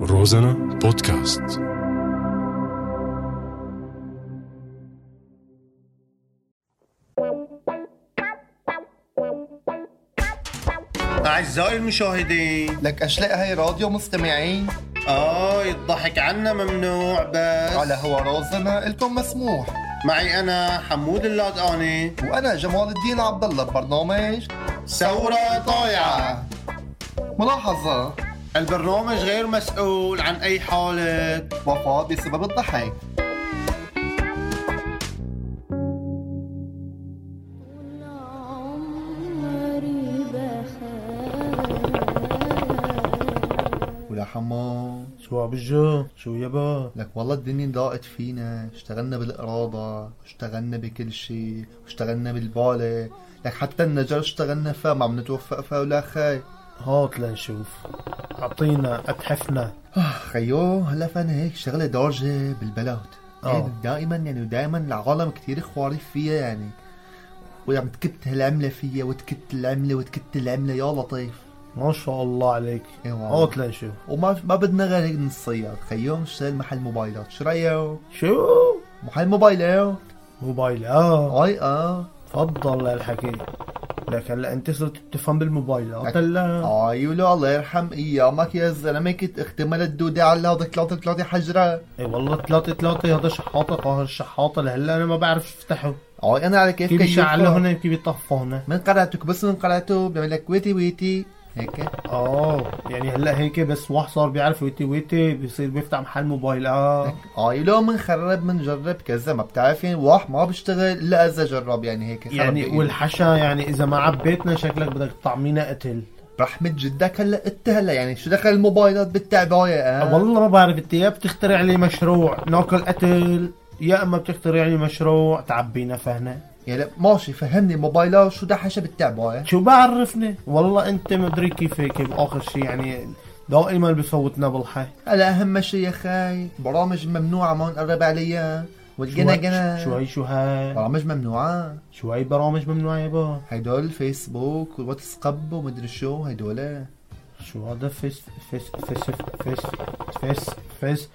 روزانا بودكاست أعزائي المشاهدين لك أشلاء هاي راديو مستمعين آه الضحك عنا ممنوع بس على هو رازنا إلكم مسموح معي أنا حمود اللادقاني وأنا جمال الدين عبد الله ببرنامج ثورة طايعة آه. ملاحظة البرنامج غير مسؤول عن أي حالة وفاة بسبب الضحك عمري بخاف ولا حمام شو عبجو شو يابا لك والله الدنيا ضاقت فينا اشتغلنا بالإرادة اشتغلنا بكل شيء اشتغلنا بالبالة لك حتى النجار اشتغلنا فيها ما عم نتوفق فيها ولا خي هات لنشوف اعطينا اتحفنا خيو هلا فانا هيك شغلة دارجة بالبلد آه. يعني دائما يعني دائما العالم كتير خوارف فيها يعني وعم تكت هالعملة فيها وتكت العملة وتكت العملة يا لطيف ما شاء الله عليك إيه والله. هات لنشوف وما ما بدنا غير هيك نصير خيو نشتغل محل موبايلات شو رايك شو محل إيه؟ موبايلات موبايل اه اي اه تفضل لهالحكي لك هلا انت صرت آه، بتفهم بالموبايلات لك- هلا اي ولا الله يرحم ايامك يا زلمه كنت اختمال الدودة على هذا ثلاثة ثلاثة حجرة اي والله ثلاثة ثلاثة هذا شحاطة قهر الشحاطة لهلا انا ما بعرف افتحه اي انا على كيف كيف كيوفها. بيشعله هنا كيف بيطفى هنا من قرعتك بس من قرعته بيعمل لك ويتي ويتي هيك اه يعني هلا هيك بس واحد صار بيعرف ويتي ويتي بيصير بيفتح محل موبايل اه اي لو منخرب منجرب كذا ما بتعرفين واح ما بيشتغل الا اذا جرب يعني هيك خرب يعني بإيده. والحشا يعني اذا ما عبيتنا شكلك بدك تطعمينا قتل رحمة جدك هلا قلت هلا يعني شو دخل الموبايلات بالتعباية اه آه، أه، والله ما بعرف انت يا بتخترع لي مشروع ناكل قتل يا اما بتخترع لي مشروع تعبينا فهنا يعني ماشي فهمني موبايلات شو دحشة بالتعباية شو بعرفني والله انت مدري كيف هيك باخر شيء يعني دائما بفوتنا بالحي هلا اهم شيء يا خاي برامج ممنوعة ما نقرب عليها والجنا جنا شو هي شو هاي برامج ممنوعة شو هي برامج ممنوعه يابا هدول فيسبوك وواتساب ومدري شو هدول شو هذا فيس فيس فيس فيس فيس فيس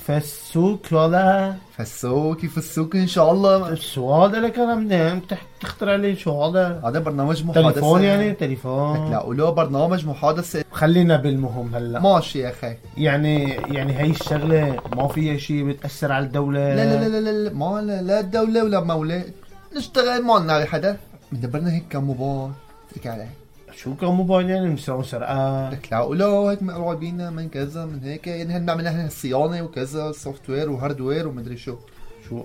فسوك ولا فسوك يفسوك ان شاء الله شو هذا لك انا منين تخترع لي شو هذا هذا برنامج محادثة تليفون يعني لك تليفون لا ولو برنامج محادثة خلينا بالمهم هلا ماشي يا اخي يعني يعني هي الشغله ما فيها شيء بتاثر على الدوله لا لا لا لا لا ما لا, لا الدولة ولا مولى نشتغل ما لنا حدا مدبرنا هيك كم موبايل هيك عليه شو كان موبايل يعني مسرقون سرقه لك لا ولا هيك مقربين من كذا من هيك يعني هن بنعمل احنا الصيانة وكذا سوفت وير وهارد وير ومدري شو شو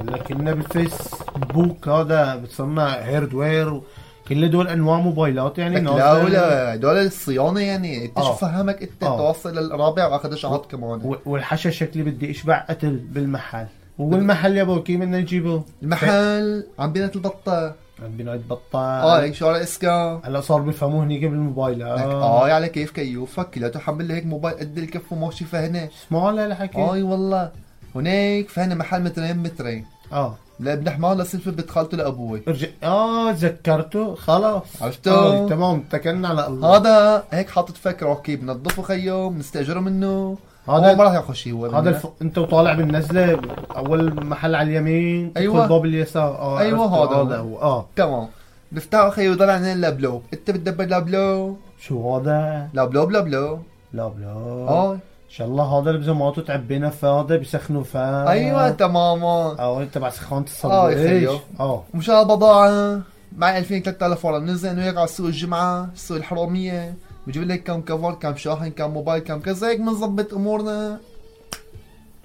هلا كنا بالفيسبوك هذا بتصنع هيردوير كل دول انواع موبايلات يعني لك لا نازلة. ولا دول الصيانة يعني انت شو آه. فهمك انت آه. توصل للرابع واخذ شعط كمان و- والحشا شكلي بدي اشبع قتل بالمحل والمحل يا كيف بدنا نجيبه؟ المحل عم بينة البطة عم بنعد اه بطال هيك شارع اسكا هلا صار بيفهموه هنيك بالموبايل لك آه. اه على كيف كيوفك كلياته حمل لي هيك موبايل قد الكف وماشي فهنا اسمعوا هلا الحكي اي والله هناك فهنا محل مترين مترين اه لا ابن حمار لسلفة بنت خالته لابوي ارجع اه تذكرته خلاص عرفته. آه، تمام اتكلنا على الله هذا هيك حاطط فك روكي بنظفه خيو بنستاجره منه هذا- هذا ما راح ياخذ شيء هو هذا منه. الف... انت وطالع بالنزله اول محل على اليمين تدخل أيوة. باب اليسار اه أيوة عرفت، هذا هو. هذا هو اه تمام بنفتحه خيو وضل عندنا لابلو انت بتدبر لابلو شو هذا لابلو بلابلو لا بلا اه اه ان شاء الله هذا اللي ما تعبينا فهذا بيسخنوا فا ايوه تماما اه تبع سخانة آه، الصدر يا خيو. ايش اه ومشان البضاعة معي 2000 3000 ورا بننزل انه وياك على سوق الجمعة سوق الحرامية بجيب لك كم كفر كم شاحن كم موبايل كم كذا هيك بنظبط امورنا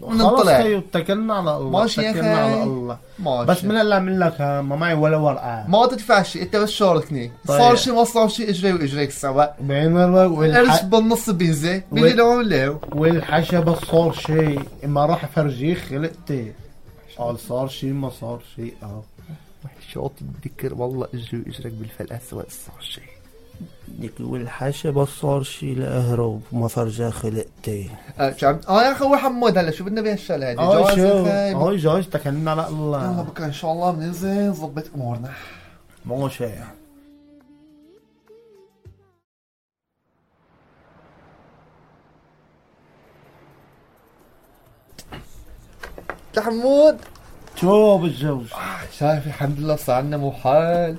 خلاص وننطلع. خيو اتكلنا على الله ماشي يا اتكلنا خي. على الله ماشي بس من اللي عامل لك ها، ما معي ولا ورقه ما تدفع شيء انت بس شاركني طيب. صار شيء ما صار شيء اجري واجريك سوا بعين الله قرش والح... بالنص بينزل بيجي لو لو والحشبة صار شيء ما راح فرجيك خلقتي قال صار شيء ما صار شيء اه شاط الذكر والله اجري واجريك بالفلقه سوا صار شيء لك والحاشا بس صار شي لأهرب وما فرجا خلقتي اه شو عم- اه يا اخوي حمود هلا شو بدنا بهالشغله هذه هاي جواز آه، شو يا أخي. هاي جايز تكلنا على يلا الله بكره ان شاء الله بننزل نظبط امورنا ماشي حمود شو بالزوج شايف الحمد لله صار عندنا مو حال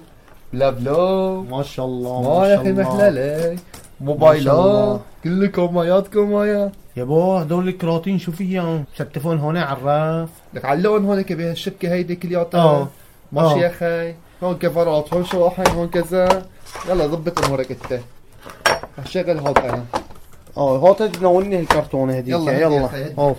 بلا بلو ما شاء الله ما يا اخي محلالك ما شاء الله. موبايلات كلكم ماياتكم مايا يا بوه هدول الكراتين شو فيهم شتفون هون على الراف لك علقهم هونيك بهالشبكه هيدي آه. كلياتها ماشي آه. يا اخي هون كفرات هون شواحن هون كذا يلا ضبط امورك انت هشغل هاد انا اه هات نوني هالكرتونه هديك يلا، هدي يا أخي، يلا آه، هدي. اوف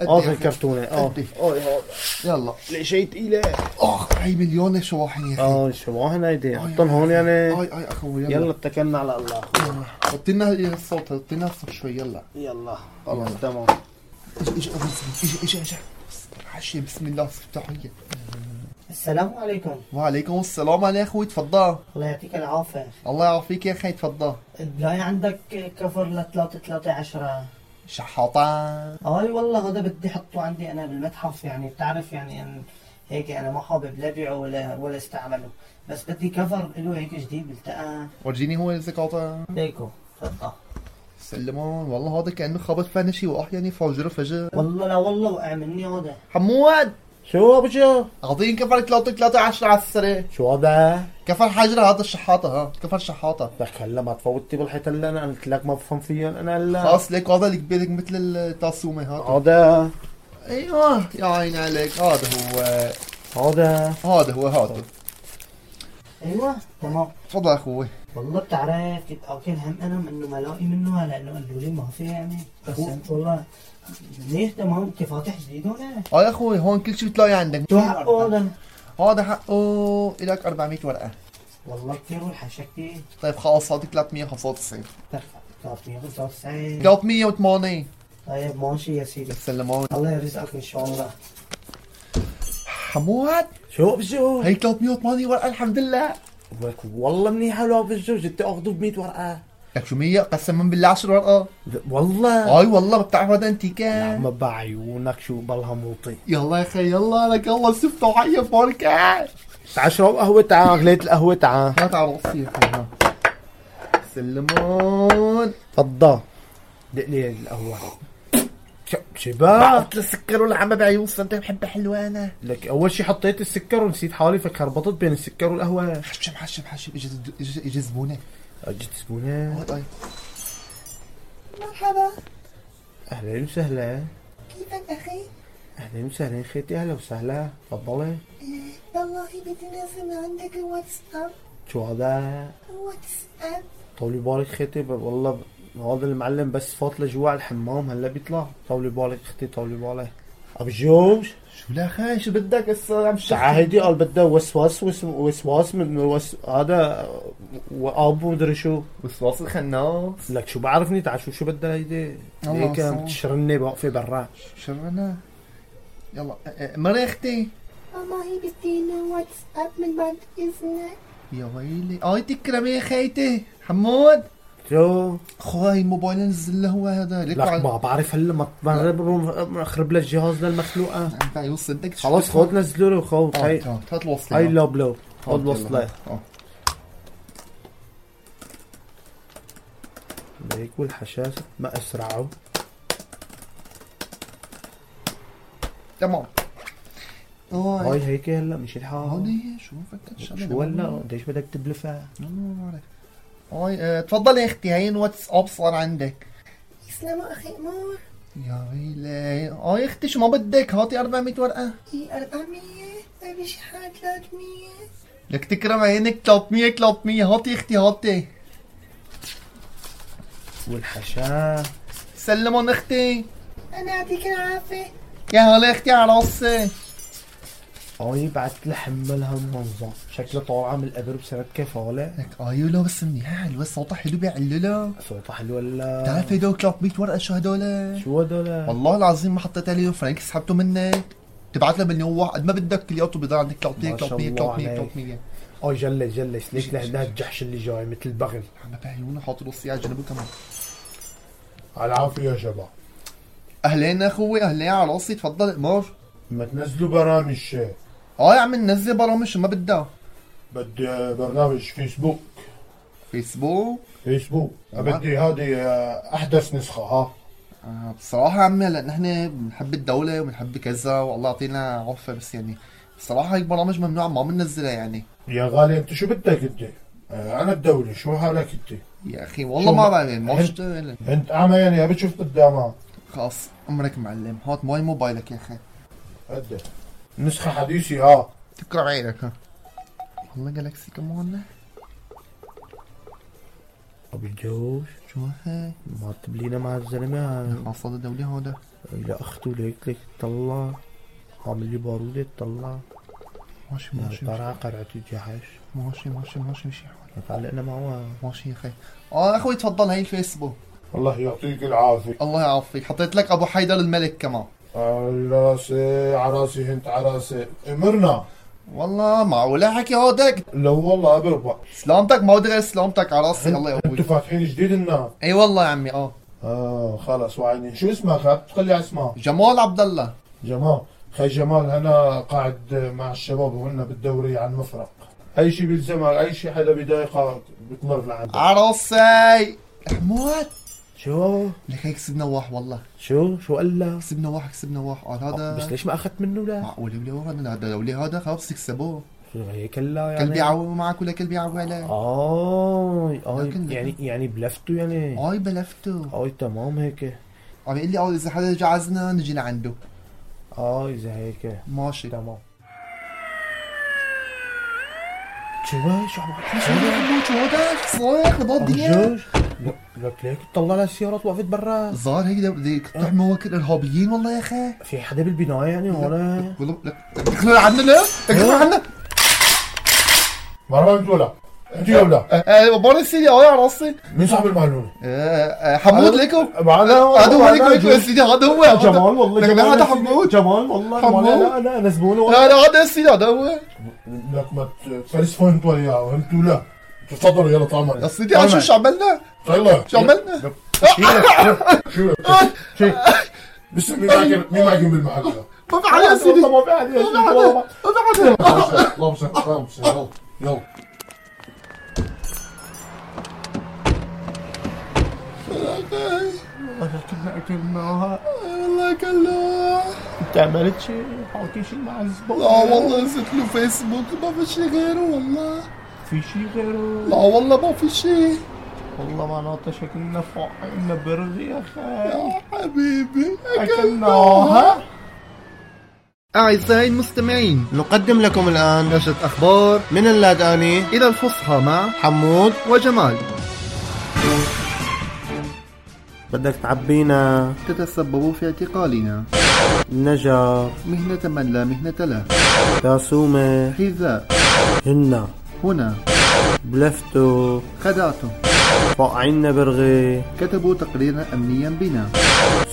قد اوف إيه؟ الكرتونه اه قد إيه؟ آه، هاد. يلا ليش هي ثقيله اخ هي مليون شواحن يا اخي اه شواهن هيدي آه، حطهم يا هون أخي. يعني اي اي اخوي يلا يلا اتكلنا على الله حطي لنا الصوت حطي لنا الصوت شوي يلا يلا خلاص يلا. تمام اجي اجي اجي اجي اجي حشي بسم الله افتحية السلام عليكم وعليكم السلام عليكم اخوي تفضل الله يعطيك العافية الله يعافيك يا اخي تفضل البلاي عندك كفر لثلاثة ثلاثة عشرة شحاطة اي والله هذا بدي احطه عندي انا بالمتحف يعني بتعرف يعني ان هيك انا ما حابب لا بيعه ولا ولا استعمله بس بدي كفر له هيك جديد التقى ورجيني هو الزكاطة ليكو تفضل سلمون والله هذا كأنه خبط فينا شي واحياني فوجر فجر والله لا والله وقع مني هذا حمود شو بجو اعطيني كفر 3 3 10 على السريع شو هذا؟ كفر حجر هذا الشحاطة ها كفر شحاطة لك هلا ما تفوتني بالحيط هلا انا قلت لك ما بفهم فيهم انا هلا خلاص ليك هذا الكبير لك مثل التاسومة هذا هذا ايوه يا عيني عليك هذا هو هذا هذا هو هذا ايوه تمام تفضل اخوي والله بتعرف كنت اكل هم انا انه ما لاقي منه هلا انه قالوا لي ما في يعني بس والله ليش تمام كفاتح جديد هون اه يا اخوي هون كل شيء بتلاقي عندك شو حقه هذا هذا حقه الك 400 ورقة والله كثير والحشكتي طيب خلاص هذيك 395 طيب 380 ماشي يا سيدي سلمون الله يرزقك ان شاء الله حمود شو بجو هي 380 ورقة الحمد لله لك والله منيحه لو بجو جبت اخذه ب 100 ورقه لك شو 100 قسما بالله 10 ورقة والله اي والله بتعرف هذا انت كان عم بعيونك شو بالها موطي يلا يا اخي يلا لك الله سفته حية فوركة تعال اشرب قهوه تعال غليت القهوه تعال هات على راسي يا اخي ها. سلمون تفضل دق لي القهوه شو- شباب السكر ولا عم بعيون انت بحب حلوة انا لك اول شي حطيت السكر ونسيت حالي فكربطت بين السكر والقهوه حشب حشب حشب اجت إجت- اجت زبونة اجت زبونه هات اي اهلين وسهلا كيفك اخي؟ اهلين وسهلا خيتي اهلا وسهلا تفضلي والله بدي لازم عندك واتساب شو هذا؟ واتساب طول يبارك خيتي ب- والله ب- هذا المعلم بس فاط لجوا على الحمام هلا بيطلع طول يبارك اختي طول يبارك ابو جوج شو لا اخي شو بدك هسه عم تعال هيدي قال بدها وسواس وس- وسواس من وس هذا واب ومدري شو وسواس الخناص لك شو بعرفني تعال شو شو بدها هيدي الله هيك يسلمك. بتشرني واقفه برا شرنا يلا أ- أ- مريختي والله بدي لنا واتساب من بعد إذنك يا ويلي اي تكرمي يا خيتي حمود شو خواي موبايل نزل له هو هذا لك لك ما بعرف هلا ما ما- ما- ما اخرب لك الجهاز للمخلوقه انت يوصل بدك تشوف- خلاص خذ نزلوا له خذ آه، هاي آه، هات الوصلة هاي آه. لو بلو آه، خذ يلا. وصله آه. ليك والحشاشة ما اسرعوا تمام هاي هاي هيك هلا مش الحال طيب. هذه شو فكر شغلة. شو هلا ليش بدك تبلفها؟ والله ما بعرف. هاي آه، تفضلي يا اختي هاي واتساب صار عندك يسلموا أخي أمور يا ويلي اه يا اختي شو ما بدك هاتي 400 ورقه هي أربعمية ما في شي حال تلاتمية لك تكرم عينك 300 300 هاتي يا اختي هاتي والحشاة سلمون اختي أنا يعطيك العافية يا هلا اختي على راسي هاي بعت لحملها المنظر شكلها طالعة من القبر بسنة كفالة لك ايو لا بس منيح الواد صوته حلو بيعلله صوتها حلو ولا بتعرف هدول 300 ورقه شو هدول شو هدول؟ والله العظيم ما حطيت عليهم فرانك سحبته منك تبعت له مليون واحد قد ما بدك كلياته بضل عندك 300 ما شاء 300 الله 300 عليك. 300 اه جلس جلس ليش لهدها الجحش اللي جاي مثل البغل عم بعيونه حاط راسي على جنبه كمان على العافية يا شباب اهلين اخوي اهلين على راسي تفضل امر ما تنزلوا برامج اه يا عم ننزل برامج شو ما بدها بدي برنامج فيسبوك فيسبوك فيسبوك بدي هذه آه، احدث نسخه ها آه، بصراحة عمي هلا نحن بنحب الدولة وبنحب كذا والله يعطينا عفة بس يعني بصراحة هيك برامج ممنوع ما بننزلها يعني يا غالي انت شو بدك انت؟ آه، انا الدولة شو حالك انت؟ يا أخي والله ما بعرف ما بشتغل انت اعمى يعني ما بتشوف قدامها خلاص عمرك معلم هات ماي موبايلك يا أخي هدا نسخة حديثة اه تكرع عينك ها والله جالكسي كمان ابي الجوز شو هاي ما تبلينا مع الزلمه خاصة الدولة هذا الى اخته لقيت لك طلع عامل لي باروده طلع ماشي ماشي طلع قرعته جحش ماشي ماشي ماشي ماشي تعلقنا معه ماشي يا أخي اه اخوي تفضل هاي الفيسبوك الله يعطيك العافية الله يعافيك حطيت لك ابو حيدر الملك كمان على راسي على راسي انت على راسي امرنا والله معقولة حكي هودك لو والله بربع سلامتك ما بدي غير سلامتك على راسي الله انتوا يقويك فاتحين جديد لنا اي والله يا عمي اه اه خلص وعيني شو اسمك عم تقلي على اسمك جمال عبد الله جمال خي جمال انا قاعد مع الشباب وقلنا بالدوري عن مفرق اي شيء بيلزمك اي شيء حدا بيضايقك بتمر لعندك عروسي حمود شو لك هيك كسبنا واحد والله شو شو قال لك؟ كسبنا واحد كسبنا واحد قال آه، بس هذا ليش ما اخذت منه لا؟ معقول ولا هذا هذا لو ليه هذا خلاص تكسبوه هيك لا يعني كلب يعوي معك ولا كلب يعوي عليك اه اه لكن- يعني يعني بلفته يعني اي بلفته اه تمام هيك عم يقول لي اه اذا حدا جعزنا نجي لعنده اه اذا هيك ماشي تمام شو شو عم شو هذا؟ شو هذا صاير بضل الدنيا جوج لك ليك طلع لها السيارات وقفت برا الظاهر هيك دو- دي قطع مواكب ارهابيين والله يا اخي في حدا بالبناية يعني ولا والله لك دخلوا عنا لا دخلوا عنا مرة انت ولا انت آه، ولا بوري سيدي اه يا راسي مين صاحب المعلومة؟ آه، آه، حمود لكم معنا هذا هو لكم معنا لكم يا سيدي هذا هو هذا- جمال والله لك جمال لا هذا يا سيدي. حمود جمال والله حمود. جمال لا لا انا زبونه والله لا لا هذا يا سيدي هذا هو لك ما تفلسفوا انت ولا وانت ولا تفضلوا يلا يا طعمك سيدي عشان شو عملنا يلا شو عملنا شو شو بس مين معك مين معك بالمحل ما في حدا يا سيدي والله ما في حدا يا سيدي والله ما- يلا بس يلا بس يلا يلا والله كنا اكلناها والله كلا انت عملت شيء حاكي شيء مع الزبون لا والله نسيت له فيسبوك ما في شي غيره والله في شيء غيره لا والله ما في شي والله معناتها شكلنا فاحنا برغي يا اخي يا حبيبي اكلناها أعزائي المستمعين نقدم لكم الآن نشرة أخبار من اللاداني إلى الفصحى مع حمود وجمال بدك تعبينا تتسبب في اعتقالنا نجا مهنة من لا مهنة له داسومة حذاء هنا هنا بلفتو خدعته فقعنا برغي كتبوا تقريرا أمنيا بنا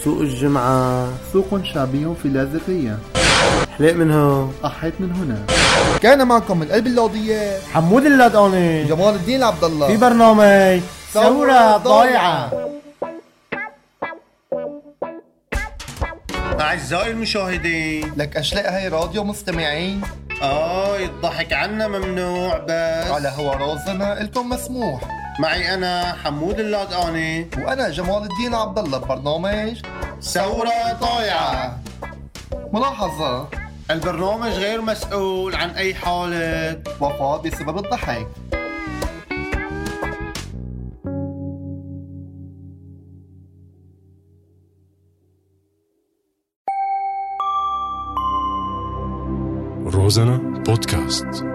سوق الجمعة سوق شعبي في لاذقية حلق منها أحيت من هنا كان معكم من قلب اللوضية حمود اللادقاني جمال الدين عبد الله في برنامج ثورة ضايعة أعزائي المشاهدين لك أشلاء هاي راديو مستمعين آه الضحك عنا ممنوع بس على هو رازنا إلكم مسموح معي أنا حمود اللادقاني وأنا جمال الدين عبد الله ببرنامج ثورة طايعة ملاحظة البرنامج غير مسؤول عن أي حالة وفاة بسبب الضحك Розана подкаст.